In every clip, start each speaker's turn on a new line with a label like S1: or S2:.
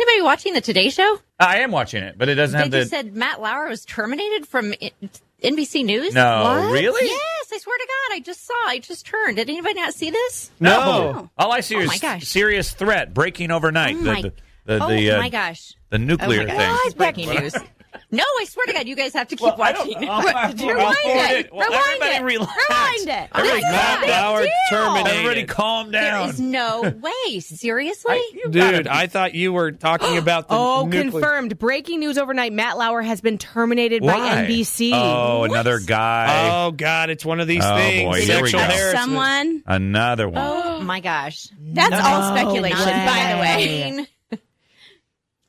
S1: anybody watching the Today Show?
S2: I am watching it, but it doesn't
S1: They
S2: have the.
S1: just said Matt Lauer was terminated from I- NBC News.
S2: No,
S1: What?
S2: really?
S1: Yes, I swear to God, I just saw. I just turned. Did anybody not see this?
S2: no.
S1: No.
S2: all I see
S1: Oh my
S2: is
S1: gosh.
S2: serious threat breaking overnight.
S1: Oh
S2: the,
S1: my-
S2: the, the,
S1: oh
S2: the, uh,
S1: my gosh!
S2: the
S1: Oh my
S2: nuclear
S1: gosh!
S2: thing.
S1: This is breaking news. No, I swear to God, you guys have to keep
S2: Well, I don't-
S1: watching.
S2: I'll- I'll- I'll
S1: Rewind
S2: forward
S1: it.
S2: Well,
S1: Rewind
S2: everybody
S1: it.
S2: relax.
S3: Rewind it.
S2: Everybody,
S1: This is
S2: calm
S1: a big
S2: down.
S1: deal.
S4: terminated.
S2: Everybody calm
S1: There
S2: down.
S1: is no way. Seriously?
S2: You gotta
S4: Dude,
S2: be-
S4: I thought you were talking about the
S3: Oh,
S4: nuclear.
S3: confirmed. Breaking news overnight. Matt Lauer has been terminated
S2: Why?
S3: by NBC.
S2: Oh, another guy.
S4: Oh God, it's one of these
S2: Oh,
S4: things.
S2: boy, here we
S4: Sexual
S2: go.
S4: harassment.
S5: Someone.
S2: Another one.
S1: oh my gosh!
S5: That's all speculation,
S1: Not
S5: by the way.
S1: insane.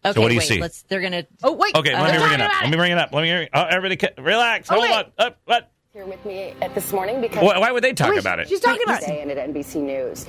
S1: okay,
S2: what do you
S1: wait.
S2: see?
S1: Let's. They're gonna.
S3: Oh, wait.
S2: Okay, let me
S1: Uh,
S2: bring it up. Let me bring it up. Let me. Hear, oh, everybody, ca- relax. Hold
S3: wait.
S2: on. Up, what?
S6: here with me at this morning because
S2: Why, why would they talk about it?
S3: She's talking about
S6: Today and at NBC News.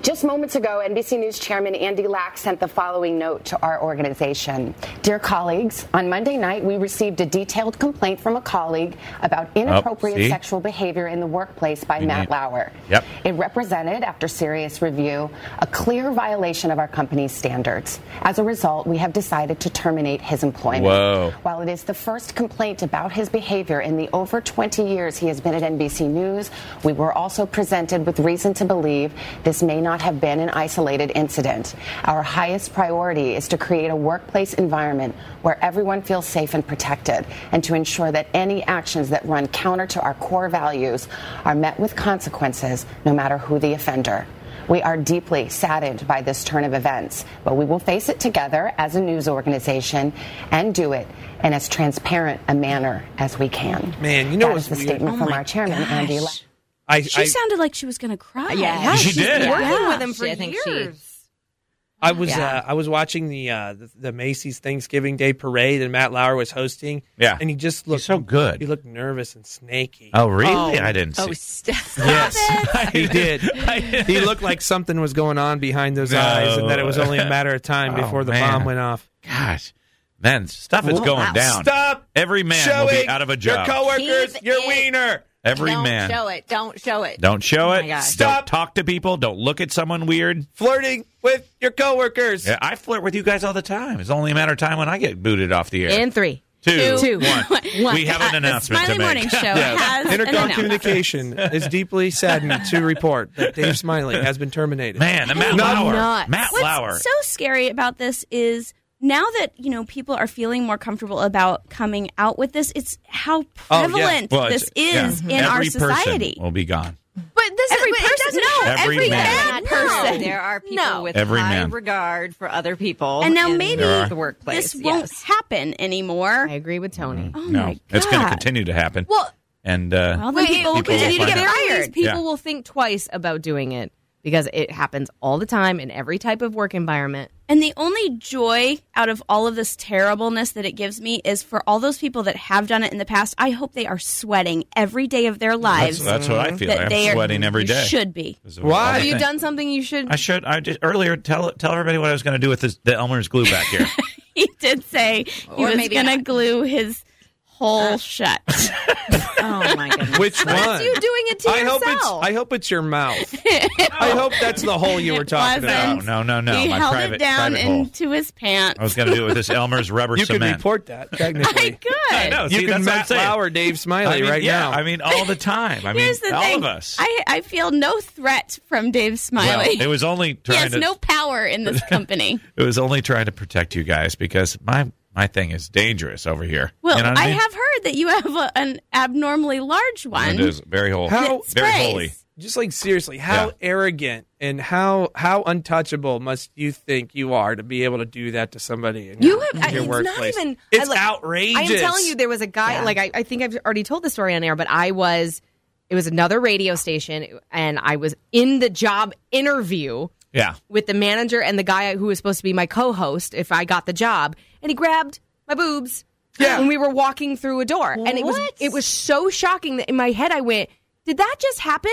S6: Just moments ago, NBC News Chairman Andy Lack sent the following note to our organization. Dear colleagues, on Monday night, we received a detailed complaint from a colleague about inappropriate
S2: Oh, see?
S6: sexual behavior in the workplace by Matt
S2: need-
S6: Lauer.
S2: Yep.
S6: It represented, after serious review, a clear violation of our company's standards. As a result, we have decided to terminate his employment.
S2: Whoa.
S6: While it is the first complaint about his behavior in the over 20 years he has been at NBC News, we were also presented with reason to believe this may not have been an isolated incident. Our highest priority is to create a workplace environment where everyone feels safe and protected, and to ensure that any actions that run counter to our core values are met with consequences, no matter who the offender. We are deeply saddened by this turn of events, but we will face it together as a news organization and do it in as transparent a manner as we can.
S4: Man, you know
S6: That
S4: what's
S6: is the
S4: weird?
S6: statement
S5: Oh
S6: from
S5: my
S6: our chairman, Andy. La-
S4: I,
S5: She
S4: I,
S5: sounded like she was going to cry.
S3: Yeah,
S2: She
S3: she's
S2: did.
S3: been working
S5: Yeah.
S3: with him for
S1: She- I think
S3: years.
S1: she-
S4: I was uh, I was watching the, uh, the the Macy's Thanksgiving Day Parade and Matt Lauer was hosting.
S2: Yeah.
S4: and he just looked
S2: so good.
S4: He looked nervous and snaky.
S2: oh, really? I didn't see.
S1: Oh, stop.
S4: yes, he did. he looked like something was going on behind those
S2: No.
S4: eyes, and that it was only a matter of time
S2: Oh,
S4: before the
S2: man.
S4: bomb went off.
S2: Gosh, man, stuff is
S1: Wow.
S2: going down.
S4: Stop!
S2: Every man will be out of a job.
S4: Your coworkers,
S1: Keep
S4: your
S1: it-
S4: wiener.
S2: Every
S1: don't
S2: man.
S1: show it. Don't show it.
S2: Don't show
S1: Oh my
S2: it.
S1: gosh.
S2: Don't
S4: Stop.
S2: talk to people. Don't look at someone weird.
S4: flirting with your coworkers.
S2: Yeah, I flirt with you guys all the time. It's only a matter of time when I get booted off the air.
S3: In three.
S2: two,
S3: two,
S2: one.
S5: One.
S2: We have an
S5: Uh, the
S2: announcement
S5: Smiley
S2: to make.
S5: Morning Show has an
S4: Intercom
S5: announcement.
S4: Communication is deeply saddened to report that Dave Smiley has been terminated.
S2: Man, the Matt
S4: No,
S2: Lauer.
S3: nuts.
S2: Matt
S5: What's
S2: Lauer.
S5: so scary about this is now that you know people are feeling more comfortable about coming out with this, it's how
S4: Oh, yeah.
S5: prevalent
S2: Well, it's-
S5: this is
S2: yeah.
S5: in our
S2: Every person
S5: society.
S2: will be gone.
S5: But this every
S3: but it
S5: person,
S3: doesn't
S5: no,
S2: Every man.
S5: bad
S1: No,
S5: person.
S1: There are people
S5: No.
S1: with
S2: Every
S1: high
S2: man.
S1: regard for other people.
S5: And now
S1: in
S5: maybe
S2: There are.
S1: the workplace.
S5: this won't
S1: yes.
S5: happen anymore.
S3: I agree with Tony.
S5: Oh
S2: no,
S5: my God.
S2: it's going to continue to happen.
S5: Well-
S2: and uh,
S5: Well, then people will
S2: people will
S5: continue to
S2: find
S5: get
S2: out.
S5: fired.
S3: People
S2: Yeah.
S3: will think twice about doing it because it happens all the time in every type of work environment.
S5: And the only joy out of all of this terribleness that it gives me is for all those people that have done it in the past. I hope they are sweating every day of their
S2: that's,
S5: lives.
S2: that's what I feel.
S5: that
S2: I'm
S5: they are-
S2: sweating every
S5: you
S2: day.
S5: Should be.
S2: Because of
S4: Why?
S2: all the
S4: Have
S3: Have you
S2: things.
S3: done something you should?
S2: I should. I just earlier tell tell everybody what I was going to do with this, the Elmer's glue back here.
S5: He did say he
S1: Or
S5: was
S1: maybe
S5: going to
S1: not.
S5: glue his whole
S3: Uh.
S5: shut.
S1: Oh my goodness.
S4: Which one?
S3: That's you doing it to
S4: I hope
S3: yourself.
S4: it's I hope it's your mouth. I hope that's the hole you were talking
S2: no,
S5: wasn't.
S4: about.
S2: no, no, no.
S5: he
S2: my
S5: held
S2: private,
S5: it down
S2: private hole.
S5: into his pants.
S2: I was going to do it with this Elmer's rubber
S4: You can
S2: cement.
S4: report that
S5: I
S4: technically.
S5: could.
S2: I know.
S4: You
S2: see, that's
S4: can
S2: what I'm
S4: Matt
S2: saying.
S4: Lauer, Dave Smiley,
S2: I mean,
S4: right
S2: yeah,
S4: now.
S2: I mean, all the time. I mean,
S5: Here's the
S2: all
S5: thing.
S2: of us.
S5: I, I feel no threat from Dave
S2: Well,
S5: Smiley.
S2: it was only
S5: he
S2: trying
S5: has
S2: to.
S5: no power in this company.
S2: It was only trying to protect you guys because my my thing is dangerous over here.
S5: Well,
S2: you know what
S5: I,
S2: I, mean?
S5: have heard that you have a, an abnormally large one.
S2: It is very whole.
S4: How-
S5: that
S2: very
S5: sprays.
S2: holy.
S4: just like seriously, how
S2: Yeah.
S4: arrogant and how how untouchable must you think you are to be able to do that to somebody in
S3: You
S4: your,
S3: have-
S4: in
S3: I-
S4: your
S3: it's not
S4: workplace?
S3: even-
S4: it's
S3: I, like,
S4: outrageous.
S3: I am telling you, there was a guy. Like I, I think I've already told the story on air, but I was. It was another radio station, and I was in the job interview
S2: Yeah.
S3: with the manager and the guy who was supposed to be my co-host if I got the job, and he grabbed my boobs
S4: Yeah.
S3: when we were walking through a door, and it was
S1: What?
S3: it was so shocking that in my head I went, "Did that just happen?"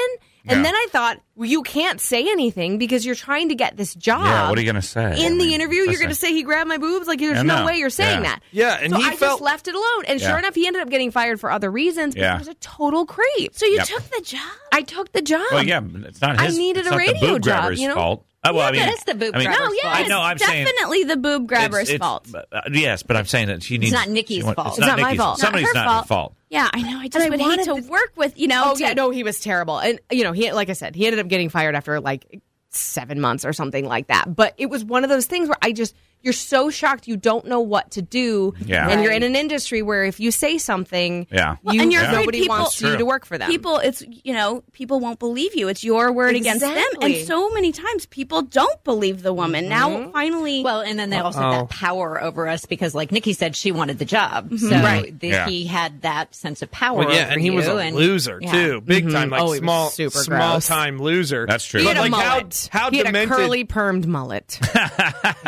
S3: And
S2: Yeah.
S3: then I thought, well, "You can't say anything because you're trying to get this job."
S2: Yeah, what are you gonna say?
S3: in
S2: I
S3: the
S2: mean,
S3: interview? You're
S2: listen.
S3: going to say he grabbed my boobs? Like, there's
S2: Yeah,
S3: no,
S2: no.
S3: way you're saying
S2: Yeah.
S3: that.
S4: Yeah, and
S3: so
S4: he
S3: I
S4: felt-
S3: just left it alone, and
S2: Yeah.
S3: sure enough, he ended up getting fired for other reasons.
S2: Yeah.
S3: But he was a total creep.
S5: So you
S2: Yep.
S5: took the job?
S3: I took the job.
S2: Well, yeah, it's not
S3: I
S2: his.
S3: needed
S2: it's
S3: a
S2: not the
S3: radio
S2: boob
S3: job,
S2: grabber's
S3: you know?
S2: fault. Uh, well, I mean,
S1: but it's the boob
S2: I mean,
S1: grabber's
S5: No, yeah,
S1: fault.
S2: I know, I'm
S5: it's
S2: saying-
S5: definitely the boob grabber's
S2: it's- it's-
S5: fault.
S2: but, uh, yes, but I'm saying that she needs.
S1: not Nikki's
S2: she wants-
S1: fault.
S2: It's
S1: It's
S2: not,
S3: not my
S2: Nikki's
S3: fault.
S5: Not
S2: Somebody's
S5: her
S2: not at fault.
S5: Yeah, I know. I just
S3: I
S5: would hate to
S3: wanted
S5: work with you know.
S3: Oh
S5: to-
S3: yeah, no, he was terrible, and you know, he like I said, he ended up getting fired after like seven months or something like that. But it was one of those things where I just you're so shocked you don't know what to do,
S2: Yeah.
S3: and you're in an industry where if you say something,
S2: Yeah.
S5: Well,
S3: you,
S5: and you're
S2: Yeah.
S5: afraid
S3: nobody
S5: people-
S3: wants you
S2: True.
S3: to work for them.
S5: People, it's you know, people won't believe you. It's your word against them,
S3: Exactly. Mm-hmm.
S5: and so many times people don't believe the woman. Now, finally,
S1: Well, and then they also
S4: Uh-oh.
S1: have that power over us because, like Nikki said, she wanted the job,
S5: Mm-hmm.
S1: so
S3: Right.
S1: the,
S2: Yeah.
S1: he had that sense of power.
S4: Well, yeah,
S1: over
S4: and he was
S1: you,
S4: a
S1: and-
S4: loser
S1: yeah.
S4: too, big time, like
S3: Oh, he was
S4: small,
S3: super
S4: small
S3: gross.
S4: time loser.
S2: That's true.
S3: he
S2: But
S3: had a
S4: like
S3: mullet.
S4: how how
S3: he had
S4: demented
S3: a curly permed mullet.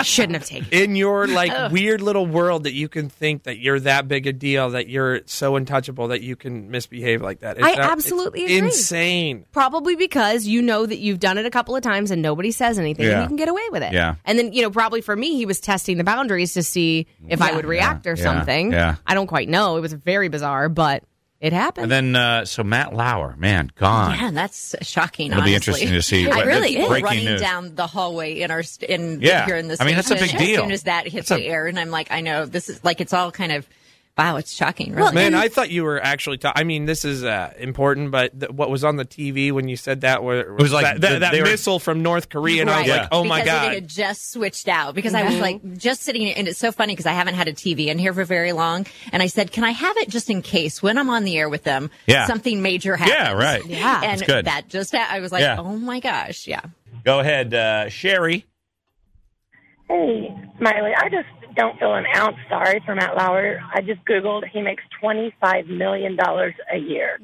S3: Shouldn't have taken. it.
S4: in your like weird little world that you can think that you're that big a deal that you're so untouchable that you can misbehave like that.
S3: I
S4: not- it's
S3: absolutely agree.
S4: insane.
S3: Probably because you know that you've done it a couple of times and nobody says anything
S2: Yeah.
S3: and you can get away with it.
S2: Yeah.
S3: And then, you know, probably for me, he was testing the boundaries to see if I would react or
S2: Yeah.
S3: something.
S2: Yeah.
S3: I don't quite know. It was very bizarre, but it
S2: And
S3: happened.
S2: then, uh, so Matt Lauer, man, gone.
S1: Man, that's shocking.
S2: It'll
S1: honestly.
S2: be interesting to see.
S1: It
S2: what-
S1: really
S2: it's
S1: is
S2: breaking
S1: running
S2: news.
S1: down the hallway in our st- in
S2: Yeah.
S1: here in the
S2: I mean, that's a
S1: station. As
S2: big deal.
S1: soon as that hits
S2: That's a-
S1: the air, and I'm like, I know this is like it's all kind of wow, it's shocking. Really.
S4: Man, I thought you were actually. Ta- I mean, this is uh, important, but th- what was on the TV when you said that were, was,
S2: was like
S4: that,
S2: the-
S4: that, that
S2: they were-
S4: missile from North Korea, and I was
S1: Right.
S4: like, oh my
S1: because
S4: god, Mm-hmm.
S1: it had just switched out because I was like just sitting, and it's so funny because I haven't had a TV in here for very long, and I said, "Can I have it just in case when I'm on the air with them,
S2: Yeah.
S1: something major happens?"
S2: Yeah, right.
S3: Yeah.
S1: and
S2: That's good.
S1: that just ha- I was like,
S2: Yeah.
S1: "Oh my gosh, yeah."
S2: Go ahead, uh, Sherry.
S7: Hey, Miley, I just don't feel an ounce sorry for Matt Lauer. I just Googled he makes $25 million a year.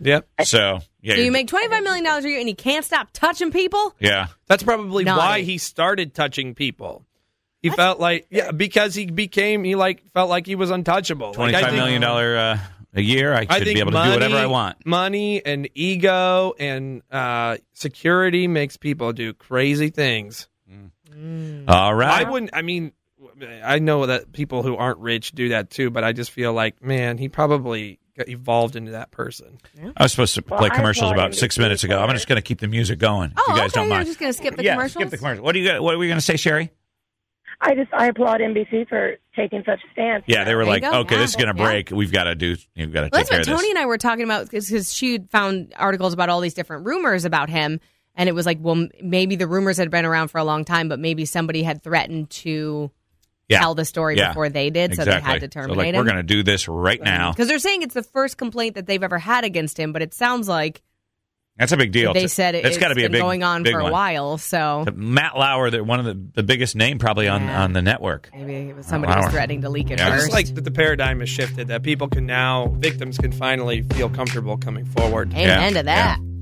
S4: yep.
S2: So, yeah.
S3: so you
S2: you're-
S3: make $25 million a year and you can't stop touching people?
S2: yeah.
S4: That's probably
S3: Naughty.
S4: why he started touching people. He felt like yeah, because he became he like felt like he was untouchable. Like, I
S2: $25
S4: think-
S2: million dollar, uh, a year. I
S4: I
S2: should
S4: think
S2: be able to
S4: money,
S2: do whatever I want.
S4: Money and ego and uh, security makes people do crazy things. Mm.
S2: All right.
S4: I wouldn't. I mean, I know that people who aren't rich do that too, but I just feel like, man, he probably got evolved into that person.
S2: I was supposed to
S7: Well,
S2: play
S7: I
S2: commercials
S7: thought
S2: about
S7: it
S2: six
S7: was
S2: minutes ago. I'm
S7: better.
S2: just going to keep the music going. if
S3: Oh,
S2: you guys
S3: okay.
S2: don't
S3: You're
S2: mind.
S3: just going to skip the
S2: yeah,
S3: commercials?
S2: skip the commercial. What do you? What were you going to say, Sherry?
S7: I just, I applaud NBC for taking such a stance.
S2: Yeah, they were
S3: There you
S2: like,
S3: go.
S2: okay,
S3: Yeah.
S2: this is going to
S3: Yeah.
S2: break. We've got to do. We've got to
S3: Well,
S2: take
S3: that's
S2: care
S3: what
S2: of
S3: Tony
S2: this.
S3: and I were talking about because she found articles about all these different rumors about him. And it was like, well, m- maybe the rumors had been around for a long time, but maybe somebody had threatened to
S2: Yeah.
S3: tell the story
S2: Yeah.
S3: before they did. So they
S2: exactly.
S3: had to
S2: So,
S3: terminate
S2: like,
S3: him.
S2: We're going to do this right now.
S3: Because they're saying it's the first complaint that they've ever had against him, but it sounds like
S2: That's a big deal.
S3: they said it,
S2: has
S3: has
S2: got to be a
S3: been
S2: big,
S3: going on
S2: big
S3: for a
S2: one.
S3: while. So
S2: But Matt Lauer, the, one of the, the biggest name probably on,
S3: Yeah.
S2: on the network.
S3: maybe it was somebody who
S2: Wow.
S3: was threatening to leak it
S2: Yeah.
S4: It's
S3: first.
S4: just like that the paradigm has shifted that people can now victims can finally feel comfortable coming forward.
S3: Amen
S2: Yeah.
S3: to that.